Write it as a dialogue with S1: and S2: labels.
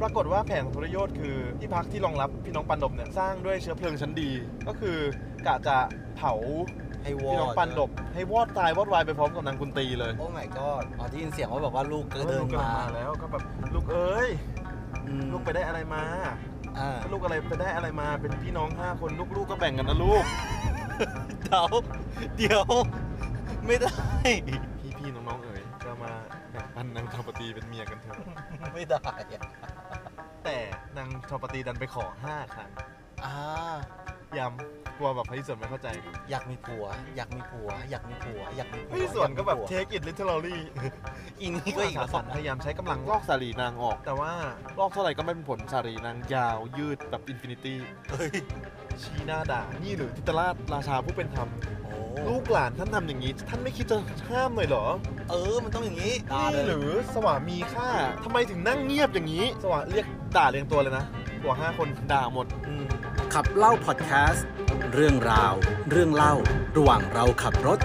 S1: ปรากฏว่าแผนของทรยศคือที่พักที่รองรับพี่น้องปันดบเนี่ยสร้างด้วยเชื้อเพลิงชั้นดี ก็คือกะจะเผา
S2: ให้วอ
S1: พี่น้องปันดบ ให้วอดตายวอดวายไปพร้อมกับนางกุนตีเลย
S2: โอ้ my god อ๋อที่ยินเสียงว่าแบบว่าลูกก็เดิน
S1: ลูกกำลั
S2: มาง
S1: มาแล้วก็แบบลูกเอ้ย
S2: อืม
S1: ลูกไปได้อะไรมา
S2: อ่า
S1: ลูกอะไรไปได้อะไรมาเป็นพี่น้องห้าคนลูกๆก็แบ่งกันนะลูก
S2: เดี๋ยว เดี๋ยว ไม่ได้
S1: พี่พี่ๆน้องๆเอ๋ยจะมาแบ่งปันนางชาวปตีเป็นเมียกันเถอะ
S2: ไม่ได้อะ
S1: แต่นางชาวปตีดันไปขอห้าครั้ง
S2: อ่า
S1: ย้ำกลัวแบบพี่สวนไม่เข้าใจ
S2: อยากมีผัว อยากมีผัว อยากมีผัว อยากมีผัว
S1: พี่สวนก็แบบเท
S2: อยามีผัว
S1: คอิดลิทเทอร์ลอรี่
S2: อีนี่ก็อีก
S1: สา
S2: แล้ว
S1: สันพยายามใช้กำลังลอกสารีนางออก แต่ว่าลอกเท่าไหร่ก็ไม่เป็นผลสารีนางยาวยืดแบบอินฟินิตี้
S2: เฮ้ย
S1: ชี้หน้าด่า นี่หรือทิตราชราชาผู้เป็นธรรม
S2: โอ้
S1: ลูกหลานท่านทำอย่างนี้ ท่านไม่คิดจะห้ามเลยเหรอ
S2: เออ มันต้องอย่างนี้ด่าเล
S1: นี่
S2: ย
S1: หรือสวามีค่าทำไมถึงนั่งเงียบอย่างนี้ สวาเรียกด่าเรียงตัวเลยนะหัวห้าคนด่าหมด
S2: ม
S3: ขับเล่าพอดแคสต์ เรื่องราว เรื่องเล่า ระหว่างเราขับรถ